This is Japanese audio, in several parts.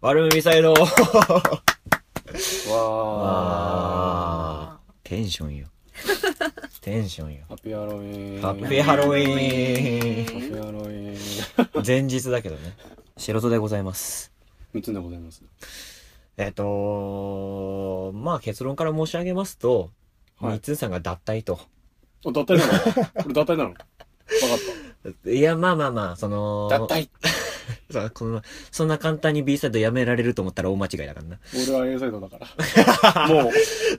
悪耳サイドわあーテンションよ。テンションよー。ハッピーハロウィーンハッピーハロウィハーッピーハロウィーンン。前日だけどね。素人でございます。三つでございますえっと、まあ結論から申し上げますと、はいミッツンさんが脱退と。お脱退なのこれ脱退なの分かいや、まあまあまあ、その、った脱退そうこのそんな簡単に B サイドやめられると思ったら大間違いだからな。俺は A サイドだからもう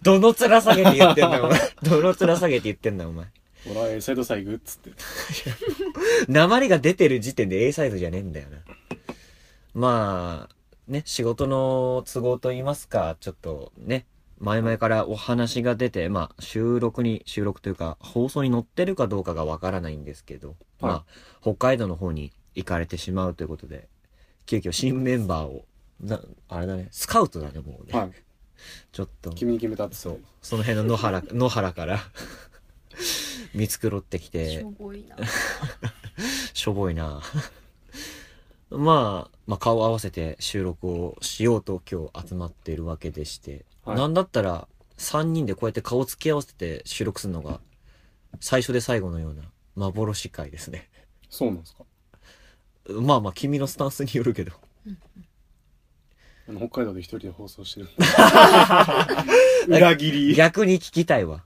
どの面下げて言ってんだ よ、お前。どの面下げて言ってんだ、お前。俺は A サイドサイグっつって鉛が出てる時点で A サイドじゃねえんだよな。まあ、ね、仕事の都合と言いますか、ちょっとね、前々からお話が出て、まあ、収録に、収録というか、放送に載ってるかどうかがわからないんですけど、まあ、北海道の方に行かれてしまうということで、急遽新メンバーを、な、あれだね、スカウトだね、もうね。はいちょっと、君に決めたっつそっうて。その辺の野 原、野原から、見繕ってきてしょ、ぼいな。 しょぼいなまあ、まあ顔合わせて収録をしようと今日集まっているわけでして、はいなんだったら3人でこうやって顔付き合わせて収録するのが最初で最後のような幻回ですね。そうなんですかまあまあ君のスタンスによるけど。あの北海道で一人で放送してる 裏切り逆に聞きたいわ。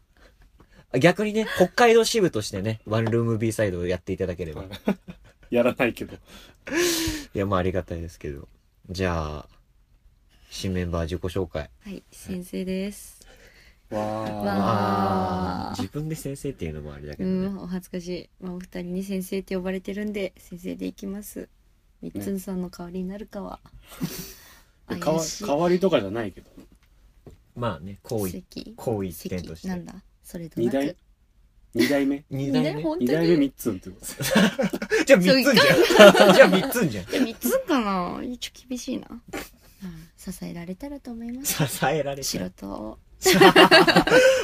逆にね、北海道支部としてね、ワンルーム B サイドをやっていただければ。やらないけどいや、まあありがたいですけど。じゃあ、新メンバー自己紹介。はい、先生です。わわああー自分で先生っていうのもあれだけうどね。ん、お恥ずかしい。まあ、お二人に先生って呼ばれてるんで、先生でいきます。みっつんさんの代わりになるかは。代わ怪しい代。わりとかじゃないけどまあね、行為、席行為一点とし席なんて。だそれと二な代く。二代目二二代代目本二当代目に。三つんってことですじゃあ三つんじゃん。 じゃあ三つんじゃん。いや、みっつんかな一応厳しいな。うん支えられたらと思い ます。支えられて素る。人を。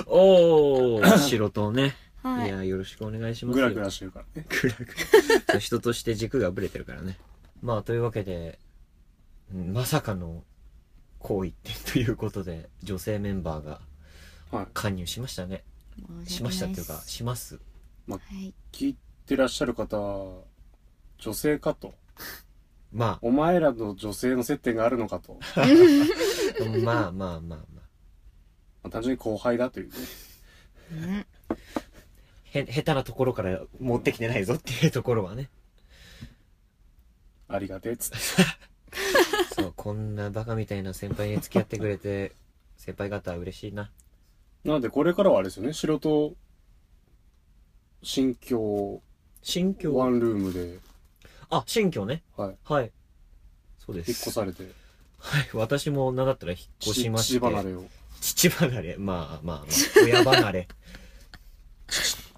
おー、素人をね。はいい。や、よろしくお願いしますグよ。ラグラしてるからねグラグラ。人として軸がぶれてるからね。まあ、というわけで、うんまさかの行為ってということで、女性メンバーがはい加入しましたね。しましたっていうか、申します。訳ないです聞いてらっしゃる方女性かとまお前らの女性の接点があるのかと、あ、まあまあまあまあ。まあ単純に後輩だというねはい。ねへ、下手なところから持ってきてないぞっていうところは ね。ありがてえっつってそう、こんなバカみたいな先輩に付き合ってくれて、先輩方は嬉しいな。なのでこれからはあれですよね素人新居新居ワンルームであ、新居ね。はいはい。そうです。引っ越されてはい。私もなんだったら引っ越しまして。父離れを父離れ。まあまあ、まあ、親離れ。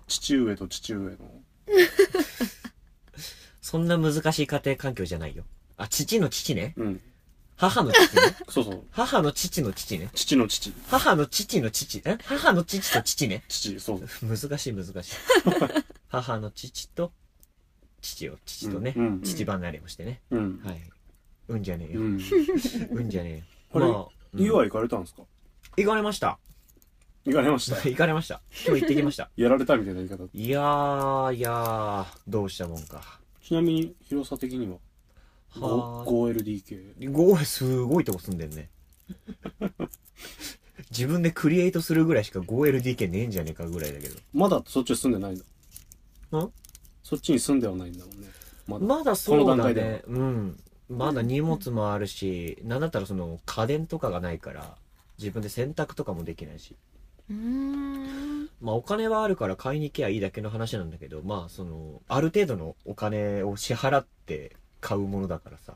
父上と父上のそんな難しい家庭環境じゃないよ。あ、父の父ね。うん母の父ね。そうそう母の父の父ね。父の父母の父の父。え母の父と父ね。父そう難しい難 しい。母の父と、父を父とね、うんうん父離れをしてね。うん、はい。うんじゃねえうよ。ん、うんじゃねえあよ。れうん家は行かれたんですか行かれました。 行かれました行かれました。今日行ってきました。やられたみたいな言い方いやー、いやー、どうしたもんか。ちなみに広さ的にははー 5LDK ごい、すごいとこ住んでん ね。自分でクリエイトするぐらいしか 5LDK ねえんじゃねえかぐらいだけど。まだそっちに住んでないんだんそっちに住んではないんだもんねまだまだそうこの段だ階でね。うん。まだ荷物もあるし、なんだったらその家電とかがないから、自分で洗濯とかもできないし。うーん。まあお金はあるから買いに行けばいいだけの話なんだけど、まあその、ある程度のお金を支払って買うものだからさ、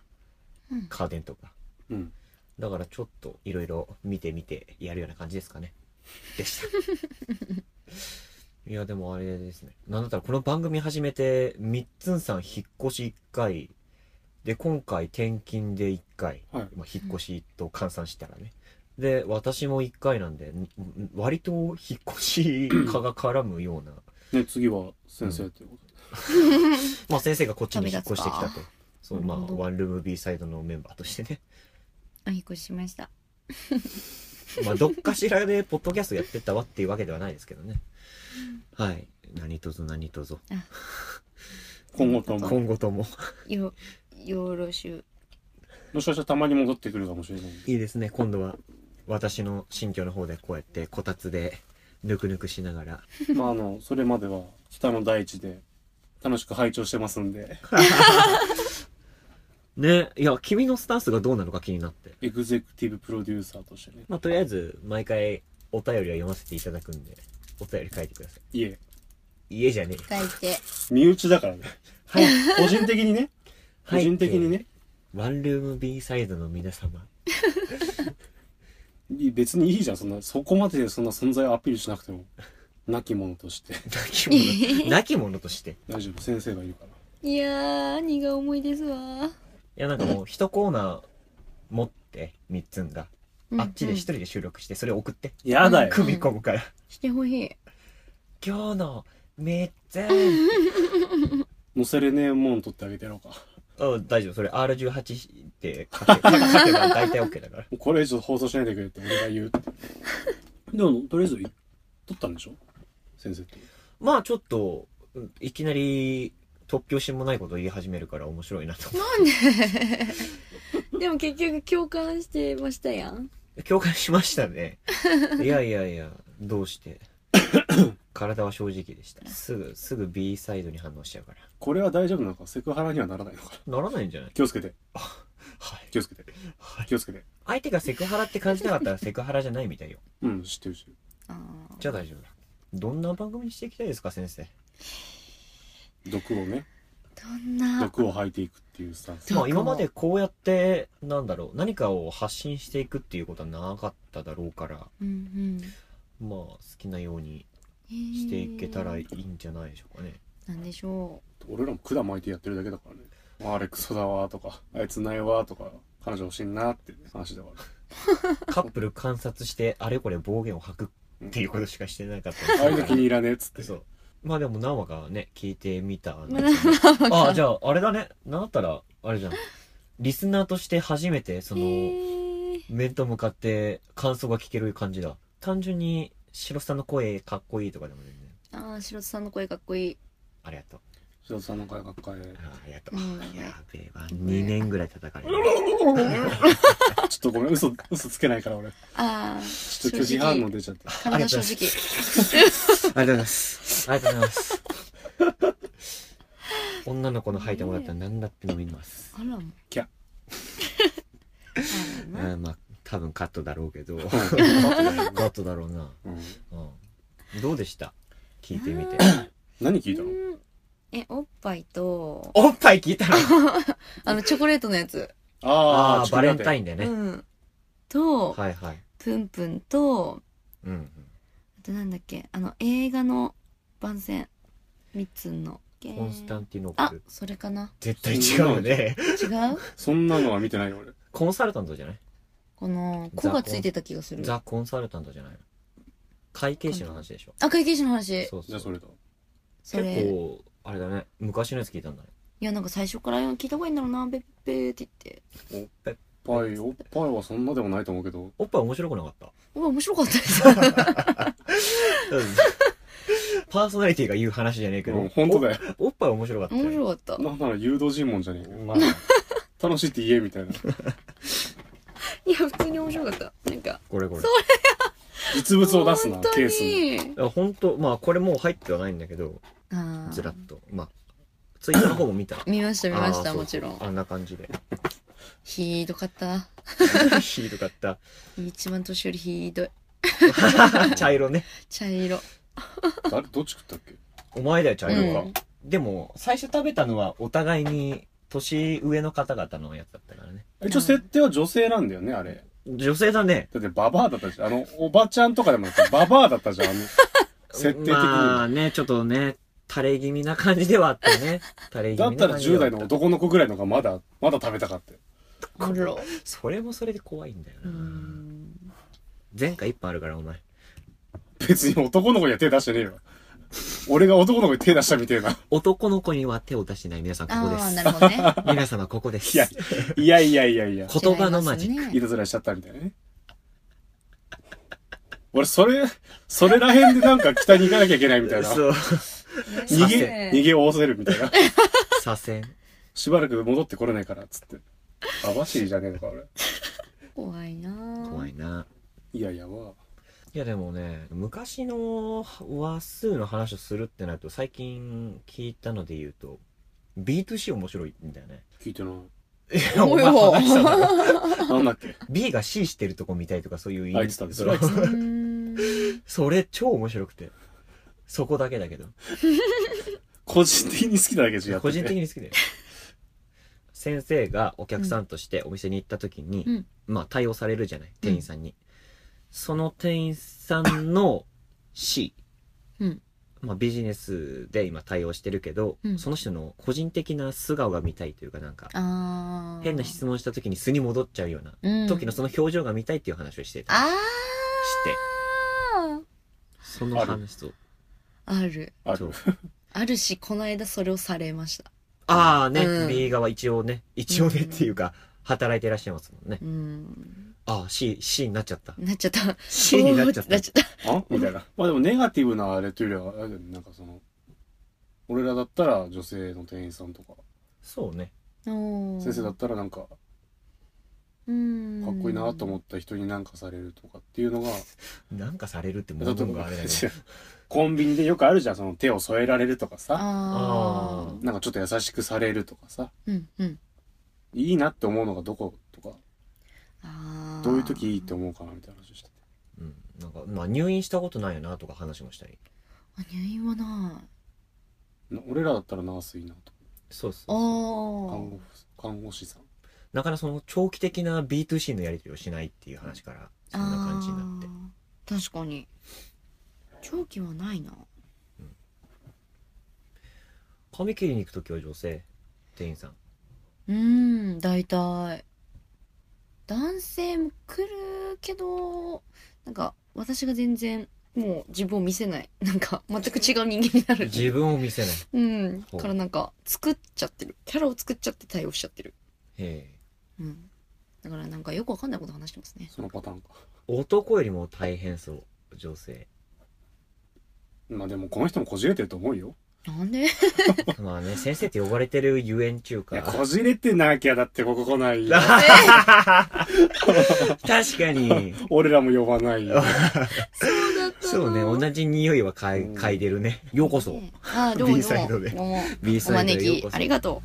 うん家電とか。うんだからちょっといろいろ見てみてやるような感じですかね。でした。いやでもあれですね。なんだったらこの番組始めて、みっつんさん引っ越し1回、で今回転勤で1回、はいまあ引っ越しと換算したらね。で、私も1回なんで、んん割と引っ越し化が絡むような、ね次は先生っていうことで、まあ先生がこっちに引っ越してきた旅と。そう、まあなるほどワンルーム B サイドのメンバーとしてね。お引っ越ししましたまあ、どっかしらでポッドキャストやってったわっていうわけではないですけどね。はい。何とぞ何とぞ。 今後とも。今後とも。よよろしゅうもしかしたらたまに戻ってくるかもしれない。いいですね。今度は、私の新居の方でこうやって、こたつで、ぬくぬくしながら。まあ、あの、それまでは北の大地で楽しく拝聴してますんで、ね。いや、君のスタンスがどうなのか気になって。エグゼクティブプロデューサーとしてね。まあ、とりあえず、毎回、お便りは読ませていただくんで、お便り書いてくださいえ、い。家じゃねえよ。書いて身内だ からね。はい。個人的にね。個人的にね。ワンルーム B サイドの皆 様。いい別にいいじゃん、そんな。そこまでそんな存在をアピールしなくても。亡き者として。泣き者、泣き者として。い大丈夫、先生がいるから。いやー荷が重いですわや、なんかもう、一コーナー持って、三つんが。あっちで一し人で収録して、それ送って。やだよ。首こむから。してほしい 今日の、めっ ちゃん。載せれねえもん取ってあげてやろうか。もうん、大丈夫。それ R18 って書け書けば大体 OK だ から。うこれ以上放送しないでくれって俺が言うって。 でも、とりあえず、取ったんでしょ先生って。まあちょっと、うんいきなり、突拍子もないことを言い始めるから面白いなと思でも結局共感してましたやんう。共感しました ね。いやいやいや、どう して。体は正直でした。すぐ、すぐ B サイドに反応しちゃうから。これは大丈夫なのかセクハラにはならないのかならないんじゃない気をつけて、はい。気をつけて、はい。気をつけて。相手がセクハラって感じなかったらセクハラじゃないみたいよ。うん、知ってる知ってる。あじゃあ大丈夫だ。どんな番組にしていきたいですか、先生。毒をね、ーどんな毒を吐いていくっていうスタンス。まあ今までこうやって、なんだろう、何かを発信していくっていうことはなかっただろうから、うんうんまあ好きなようにへーしていけたらいいんじゃないでしょうかね。なんでしょ俺らも管巻いてやってるだけだからね。まあ、あれクソだわとか、あいつないわとか、彼女欲しいなって話だ から。カップル観察して、あれこれ暴言を吐くっていうことしかしてなかったああいうの気に入らねえっつって。そう。まあでも何話かね、聞いてみたんうでまだすけどああ、じゃああれだね。なんだったら、あれじゃん。リスナーとして初めて、そへの、ー面と向かって感想が聞ける感じだ。単純に、白さんの声かっこいいとかでも全然。あー白田さんの声かっこいいありがとう。白田さんの会が会え。あありがとうんう。やべえわ。2年ぐらい叩かれる。ちょっとごめん、嘘、嘘つけないから俺。ちああょっと拒否反応出ちゃった。ありが体と正うござい直ありがとうございます。ありがとうございます。女の子の吐いてもらったら何だって飲みます。あらもキャ。ああらまーまあ、多分 カットだろうけど。カットだろうな。うんうん。どうでした聞いてみて。何聞いたのうんえおっぱいとおっぱい聞いたのあのチョコレートのやつあああ、バレンタイン。インだようね。んとはいはい。プンプンとうんうん。あとなんだっけあの映画の番宣みっつんのコンスタンティノあール。それかな絶対違うよね。違うそんなのは見てないよ俺。コンサルタントじゃない この「子」がついてた気がするザ・コンサルタントじゃないの会計士の話でしょ。あ会計士の話そうじゃそ。あそうれだ。そ結れい構、あれだね。昔のやつ聞いたんだね。やなんか最初から聞いた方がいいんだろうなべっぺーって言っておっぱい、おっぱいはそんなでもないと思うけど、おっぱい面白くなかったうわ面白かったです パーソナリティが言う話じゃねえけど、うん本当だよ。おっぱい面白かったよ面白 かったなんなら誘導尋問じゃねえかよまあ、楽しいって言えみたいな。いや普通に面白かったなんかこれこれ。実物を出すな、本当ケースに。にいや本当まあこれもう入ってはないんだけど、ああずらっと。まあ、ツイッターの方も見た。 見ました見ましあーたそうもちろんあんな感 じで。ひどかったひどかった。一番年寄りひどい茶色ね。茶色誰、どっち食ったっけお前だよ、茶う色が。んでも、最初食べたのはお互いに年上の方々のやつだったからね。一応設定は女性なんだよね、あれ。女性だね。だってババアだったじゃん。あの、おばちゃんとかでもなくてババアだったじゃん、あの、設定的に。まあね、ちょっとね、垂れ気味な感じではあった ね。垂れ気だ味っなたら感じで10はあ代の男の子ぐらいのがまだ、まだ食べたかって。あらそれもそれで怖いんだような。ん前回一本あるから、お前。別に男の子には手出してねえよ。俺が男の子に手出したみたいな。男の子には手を出してない皆さんここでああ、なす。るほどね。皆様ここです。いやいやいやいやいや。言葉のマジッ違いク。ますねいたずらしちゃったみたいなね。俺、それ、それらへんでなんか北に行かなきゃいけないみたいな。そう。逃左げ、逃げおせるみたいな。左遷。しばらく戻ってこれないから、つって。あばしりじゃねえのか、俺。怖いなぁ怖いな。いやいやわ。いやでもね、昔の話数の話をするってなると、最近聞いたので言うと、B2C 面白いんだよ ね。聞いてない。いおいおいしただろなんだっけ B が C してるとこ見たいとかそういうあ言ってたんでそすううーんそれ超面白くて。そこだけだけど。個人的に好きなだけじゃやって個人的に。に好きだ よ。先生がお客さんとしてお店に行った時に、うんまあ対応されるじゃない、店員さんに。その店員さんの C。うんまあビジネスで今対応してるけど、うんその人の個人的な素顔が見たいというかなんか、あー変な質問した時に素に戻っちゃうような、うん時のその表情が見たいっていう話をしてた。あして、ーその話と。あるあそうる。あるしこの間それをされましたああね、うん B 側一応ね、一応ねっていうか、働いてらっしゃいますもんね。うんああ、C、C になっちゃ った。なっちゃった C になっちゃったなっ。ちゃったあみたいな。まあでも、ネガティブなあれというよりは、あれだよねなんかその、俺らだったら女性の店員さんとか、そうね。 先先生だったらなんか、うんかっこいいなと思った人になんかされるとかっていうのが、なんかされるっても例えのばがあれだよね。 コンビニでよくあるじゃん、その手を添えられるとかさ、あああーなんかちょっと優しくされるとかさ、うんうんいいなって思うのがどことか、あーどういう時いいって思うかなみたいな話をしてて。うん。なんか、まあ入院したことないよなとか話もしたり。あ入院はないな俺らだったらナースいいなとそうそうあそう。か、看護婦看ー護師さん。なかなかその長期的な B2C のやり取りをしないっていう話から、そんな感じになって。あー確かに長期はないな髪切りに行くときは女性、店員さん。うん大体男性も来るけどなんか私が全然もう自分を見せないなんか全く違う人間になる自分を見せない。うんほうからなんか作っちゃってるキャラを作っちゃって対応しちゃってるええ。うんだからなんかよくわかんないこと話してますねそのパターンか。男よりも大変そう、女性。まあでもこの人もこじれてると思うよ。なんでまあね、先生って呼ばれてるゆえん中 いかや、。こじれてなきゃだってここ来 ないよ。確かに。俺らも呼ばない よ。 そうだったそうね、同じ匂いは嗅い嗅いでるね。ようこそ。ああどうも B サイどドうでもどうも B おサイドへようこ招きそあ。りがと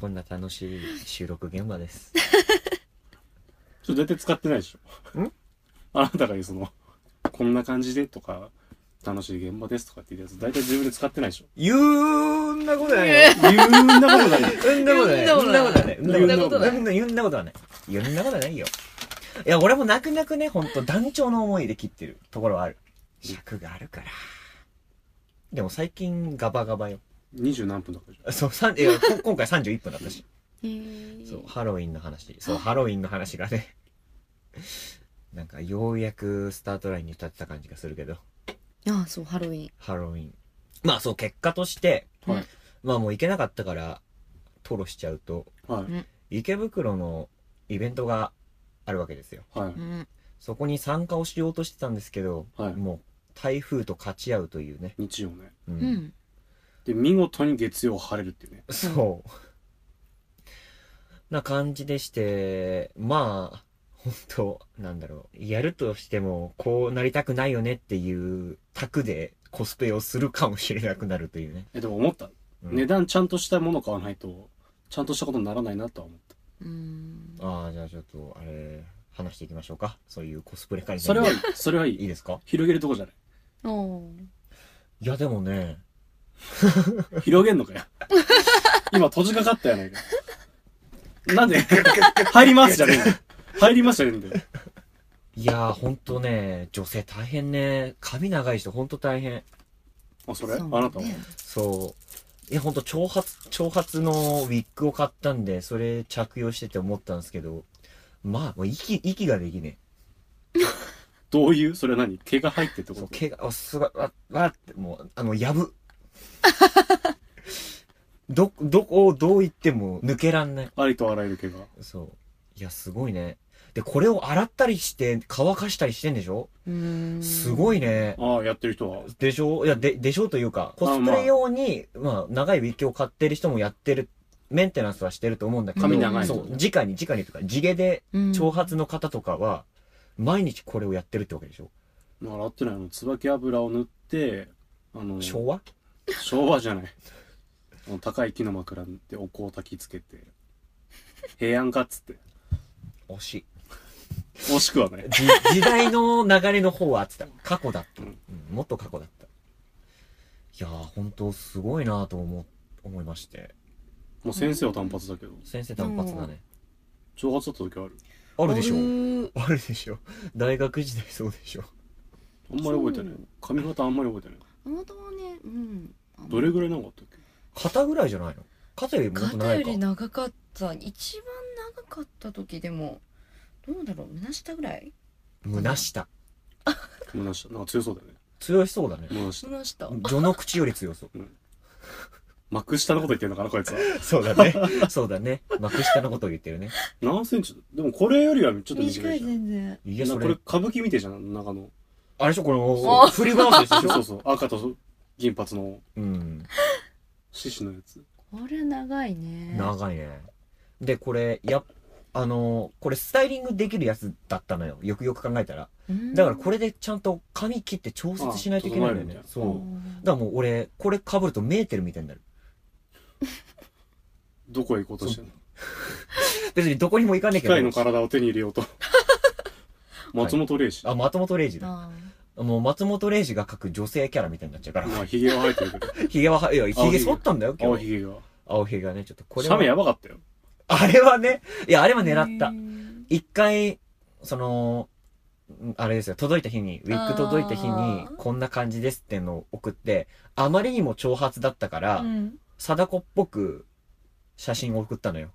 こんな楽しい収録現場です。それ絶対使ってないでしょ。んあなたが言うその、こんな感じでとか、楽しい現場ですとかって言うやつ、大体自分で使ってないでしょ。言うんなことないよ。 言うんなことない。うんなことない。言うんなことないうんなことない。言言うんなことはない。言うんなことはないよ。いや、俺も泣く泣くね、ほんと団長の思いで切ってるところはある。尺があるから。でも最近ガバガバよ。二十何分だからじゃんそう、三いやこ 今回31分だったし。うへえそう、ハロウィンの話。そう、ハロウィンの話がね。 なんか、ようやくスタートラインに立てた感じがするけど、ああそうハロウィンハロウィン。まあ、そう、結果として、はいまあ、もう行けなかったから、トロしちゃうと、は池袋のイベントがあるわけですよ。い。はい。うんそこに参加をしようとしてたんですけど、はいもう、台風と勝ち合うというね。日曜ね。うう。んで、見事に月曜晴れるっていうね。そう。な感じでして、まあ、本当なんだろう。やるとしても、こうなりたくないよねっていう、卓でコスプレをするかもしれなくなるというね。え、でも思った。うん値段ちゃんとしたもの買わないと、ちゃんとしたことにならないなとは思った。うんああ、じゃあちょっと、あれ、話していきましょうか。そういうコスプレ会それはいいい。それはいいい。ですか広げるとこじゃない。おーいや、でもね、広げんのかよ。今、閉じかかったやないか。なんで、入りますじゃねえんだよ。入りますじゃねえんだよ。いやー、ほんとね、女性大変ね。髪長い人ほんと大変。あ、それあうなたはねそう。いや、ほんと、長髪、長髪のウィッグを買ったんで、それ着用してて思ったんですけど、まあ、もう息、息ができねどういうそれは何毛が入ってってこそう、と毛が、おすば、わ、わって、もう、あの、やぶ。 ど、どこをどう言っても抜けらんない。ありとあらゆる毛が。そう。いや、すごいね。で、これを洗ったりして、乾かしたりしてんでしょうーん。すごいね。ああ、やってる人は。でしょいや、で、でしょというか、コスプレ用に、まあ、長いウィッグを買ってる人もやってる、メンテナンスはしてると思うんだけど、髪長いそ人う、直に、直にとか、地毛でうん。長髪の方とかは、毎日これをやってるってわけでしょ洗ってないの。椿油を塗って、あの、昭和昭和じゃない。あの高い木の枕でお香を焚きつけて、平安かっつって。惜しい。惜しくはない。じ時代の流れの方はあってた。過去だった。ううんん、もっと過去だった。いやー、本当すごいなと思、思いまして。もう先生は単発だけど、先生単発だね。挑発だった時ある。あるでしょおるあるでしょ大学時代そうでしょあんまり覚えてないそう。髪型あんまり覚えてない。元はね、うん。どれぐらい長かったっけ肩ぐらいじゃないの肩よりもっと肩なよいかり。長かった。一番長かった時でも、どうだろう胸下ぐらい胸下。胸下。なんか強そうだよね。強しそうだね。胸下。胸下。序の口より強そう。幕下のこと言ってんのかな、こいつは。そうだね。 そうだね。幕下のことを言ってるね。何センチでもこれよりはちょっと短短いいじゃん。全然。いいや、や、そこれれ、歌舞伎見てえじゃん、中の。あれでしょ、こおの、振り回すでしそうそょうそう。赤と銀髪のうん。獅子のやつ。これ長いね。長いねでこれやあのーこれスタイリングできるやつだったのよよくよく考えたらうんだからこれでちゃんと髪切って調節しないといけないんだよねあそう整えるみたいだからもう俺これ被るとメーテルみたいになるどこへ行こうとしてんの別にどこにも行かねえ機けど械の体を手に入れよ うと。 松本零士。あ松本零士だあもう松本零士が描く女性キャラみたいになっちゃうからまあ、髭は生えてるけど。ひげはいやひげ剃ったんだよ青今日髭が。青ひげがねちょっとこれ写メやはばかったよ。あれはねいやあれは狙ったへー一回、その、んあれですよ、届いた日に、ウィッグ届いた日にあー、こんな感じですっていうのを送って、あまりにも挑発だったからう、ん貞子っぽく写真を送ったの よ。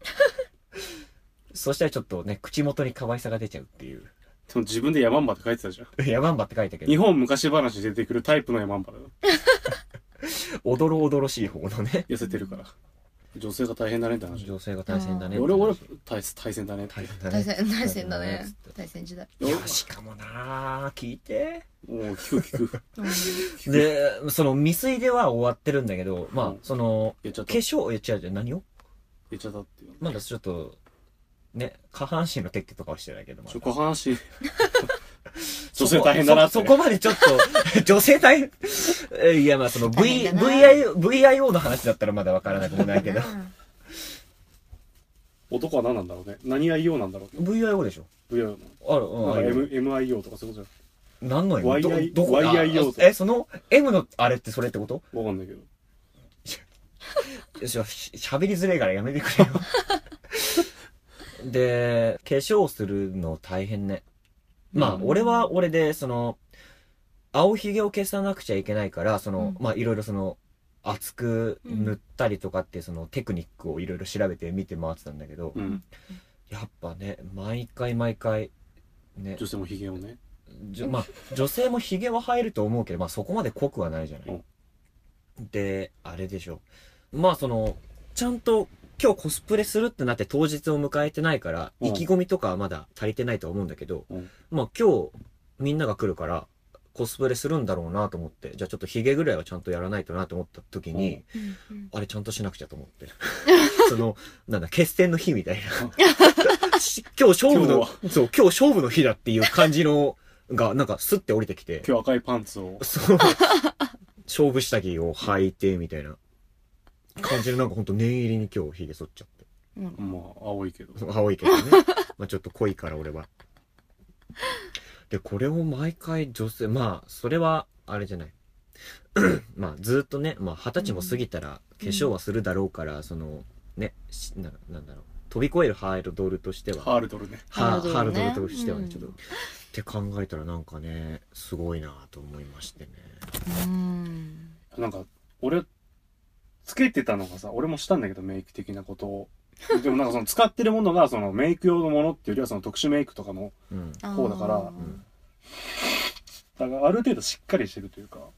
そしたらちょっとね、口元に可愛さが出ちゃうっていう。でも自分でヤマンバって書いてたじゃん。ヤマンバって書いたけ日ど、本昔話で出てくるタイプのヤマンバだよ。おどろおどろしい方のね、痩せてるから。女性が大変だねって話。女性が大変だね。俺、俺、大大変だねって大。変だ大ね。 戦、大戦大戦だねだね。大戦時代。いや、しかもなぁ、聞いて。もう聞く聞く。で、その未遂では終わってるんだけど、うまあん、その、言っちゃった。化粧、え、違う違う、何を言っちゃったっていう。まだちょっと、ね、下半身の撤去とかはしてないけど、まだちょ、下半 身。そ女こ性大変だなって。そ。そこまでちょっと、 女性大変、えいや、まあその V、大変だな VIO、VIO の話だったらまだわからなくもないけど。男は何なんだろうね。何 IO なんだろうね。 VIO でしょいや、なんかある、うん、ある。 M- MIO とかそういうことじ何の M? ど YI どこ YIO あえ、その M のあれってそれってことゃん。わかんないけど。よし、し喋りづれえからやめてくれよ。で、化粧するの大変ね。まあ、うん俺は俺で、その、青ひげを消さなくちゃいけないから、その、うんまあ、いろいろその、厚く塗ったりとかって、そのテクニックをいろいろ調べて見て回ってたんだけど、うん。やっぱね、毎回毎回、ね女、性もヒゲをね。じょまあ、女性もひげは生えると思うけど、まあ、そこまで濃くはないじゃない。で、あれでしょ。まあ、その、ちゃんと今日コスプレするってなって当日を迎えてないから、うん意気込みとかはまだ足りてないと思うんだけど、うんまあ、今日みんなが来るから、コスプレするんだろうなと思って、じゃあちょっとひげぐらいはちゃんとやらないとなと思った時に、あれちゃんとしなくちゃと思って。 その、なんだ、決戦の日みたいな。し今日勝負の今、そう、今日勝負の日だっていう感じの、が、なんかスッて降りてきて、今日赤いパンツを。そう、勝負下着を履いて、みたいな感じで、なんかほんと念入りに今日髭剃っちゃって。うんまあ、青いけど。その青いけどね。 まあちょっと濃いから俺は。で、これを毎回女性、まあ、それは、あれじゃない。 まあ、ずーっとね、まあ、二十歳も過ぎたら、化粧はするだろうから、その、ね、しななんだろう。飛び越えるハードルとしては、ハールドルね。ハハーードルねドルとしてはね、うんちょっと、って考えたらなんかね、すごいなと思いましてね。うんなんか、俺、つけてたのがさ、俺もしたんだけど、メイク的なことを。でもなんかその使ってるものが、そのメイク用のものっていうよりは、その特殊メイクとかのうん。あーこうだからうんだからある程度しっかりしてるというか、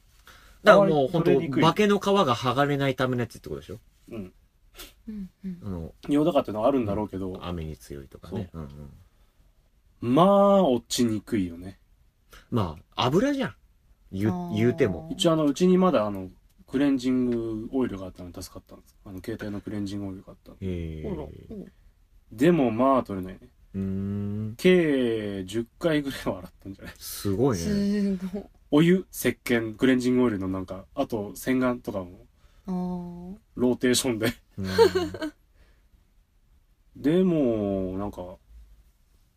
だからもう本あまり取れにく当い化けの皮が剥がれないためのやつってことでしょうん。うんうんあの、尿だかっていうのはあるんだろうけど、雨に強いとかね。うんうん。まあ、落ちにくいよね。まあ、油じゃん。言うあー、言うても。一応あの、うちにまだあの、クレンジングオイルがあったので助かったんです。あの、携帯のクレンジングオイルがあったの。へえ。ほらおうでもまあ取れないね。ーん。計10回ぐらいは洗ったんじゃないすごいね。すごいお湯、石鹸、クレンジングオイルのなんか、あと洗顔とかもあーローテーションで。うんでも、なんか、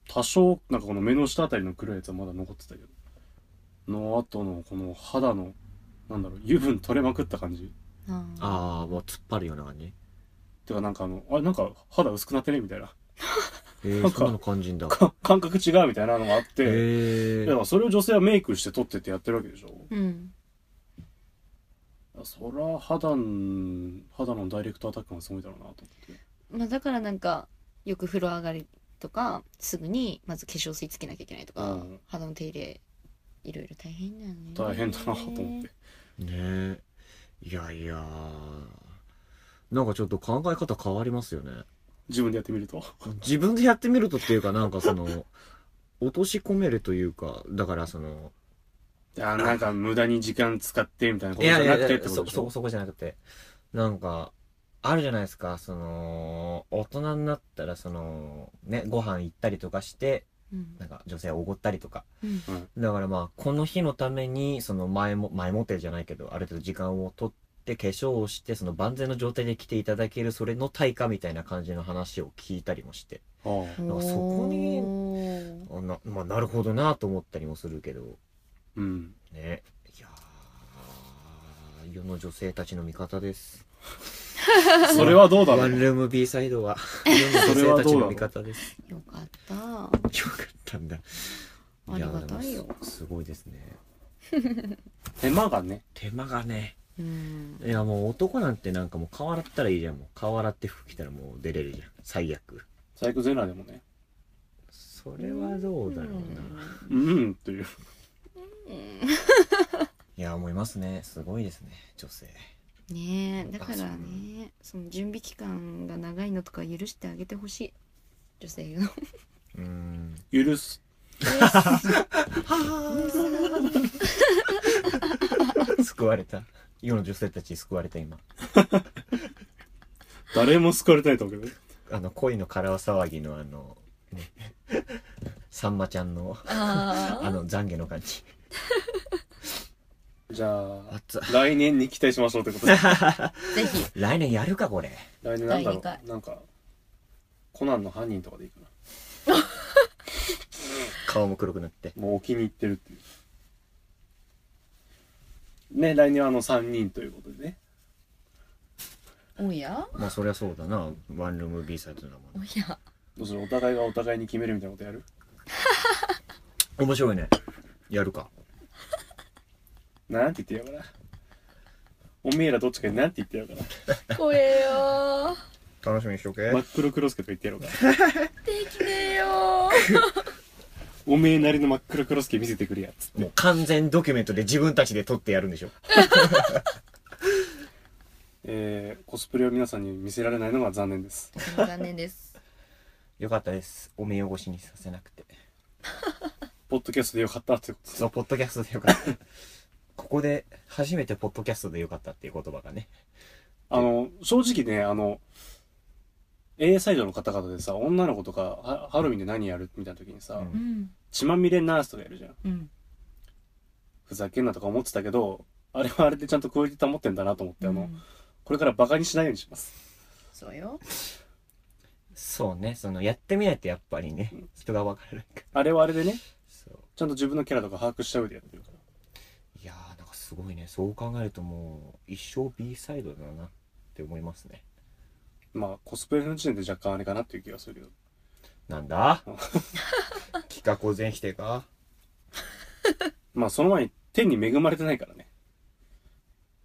多少、なんかこの目の下あたりの黒いやつはまだ残ってたけど、の後のこの肌の、なんだろう、油分取れまくった感じ。あーああ、もう突っ張るような感じ。てかなんかあの、あれなんか肌薄くなってねみたいな。 ええー、なんかそんなの感じんだ。か感覚違うみたいなのがあって、ええいやだからそれを女性はメイクして撮ってってやってるわけでしょ。うんそら肌ん肌のダイレクトアタックがすごいだろうなと思ってまあだからなんかよく風呂上がりとかすぐにまず化粧水つけなきゃいけないとか、うん肌の手入れいろいろ大変だよね大変だなと思ってねえ。いやいやーなんかちょっと考え方変わりますよね。自分でやってみると自分でやってみるとっていうか、なんかそ の、落とし込めるというか、だからその、いやなんか無駄に時間使ってみたいなこいとじやゃいなやくいてってや、ことそ、でしそょこそこじゃなくて、なんか、あるじゃないですか、その、大人になったら、その、ね、ご飯行ったりとかして、うんなんか女性おごったりとか。うんだからまあ、この日のために、その前も、前もってじゃないけど、ある程度時間を取って、化粧をして、その万全の状態で来ていただける、それの対価みたいな感じの話を聞いたりもして、ああんかそこにおーあな、まあ、なるほどなと思ったりもするけど、うんねいやー世の女性たちの味方です それはどうだワろうンねルーム B サイド は世の女性たちの味方ですよかったよかったんだありがたいよやでもすすごいですね手間がね手間がねうんいやもう男なんてなんかもう顔洗ったらいいじゃんもう顔洗って服着たらもう出れるじゃん最悪最悪ゼラでもねそれはどうだろうな、うんうんといううんいや思いますねすごいですね女性ねえだかあそうらねその準備期間が長いのとか許してあげてほしい女性がうーん 許す救われた世の女性たちに救われた今誰も救われたいと思うけどあの恋の空騒ぎのあの、ね、 さんまちゃんのああの懺悔の感じじゃあ熱っ来年に期待しましょうってことで 来あ ぜひ来年やるかこれ年なんだ第二ろ回うなんかコナンの犯人とかでいいかな顔も黒くなってもうお気に入ってるっていうね来年はあの3人ということでねおやまあそりゃそうだなワンルーム B サイドだもんおやどうするお互いがお互いに決めるみたいなことやる面白いねやるかなんて言ってやるからおめえらどっちかになんて言ってやるか怖えよ楽しみにしとけら真っ黒クロスケとか言ってやろうからできねえよおめえなりの真っ黒クロスケ見せてくれやっつってもう完全ドキュメントで自分たちで撮ってやるんでしょえー、コスプレを皆さんに見せられないのが残念です残念ですよかったですお目汚しにさせなくてポッドキャストでよかったってことですそうポッドキャストでよかった ここで初めてポッドキャストでよかったっていう言葉がねあの正直ねあの A サイドの方々でさ女の子とかはハロウィンで何やるみたいな時にさ、うんうん血まみれナースとかやるじゃんうんふざけんなとか思ってたけどあれはあれでちゃんとクオリティ保ってんだなと思って、あのこれからバカにしないようにしますそうよそうねそのやってみないとやっぱりね人が分からないからあれはあれでねそうちゃんと自分のキャラとか把握した上でやってるからいやーなんかすごいねそう考えるともう一生 B サイドだなって思いますねまあコスプレの時点で若干あれかなっていう気がするけどなんだうん企画を全否定かまあその前に天に恵まれてないからね、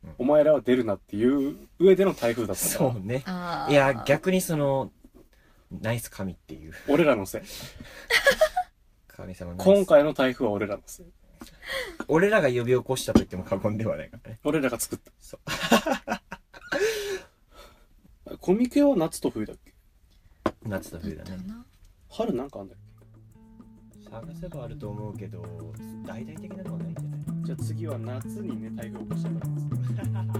うんお前らは出るなっていう上での台風だったからそうねああいや逆にそのナイス神っていう俺らのせい神様ナイス今回の台風は俺らのせい俺らが呼び起こしたと言っても過言ではないからね。俺らが作った そコミケは夏と冬だっけ夏とだっ冬だたよね。な春なんかあんだっ探せばあると思うけど、大々的なのはないんじゃないけじゃあ次は夏にね台風起こしたからですあ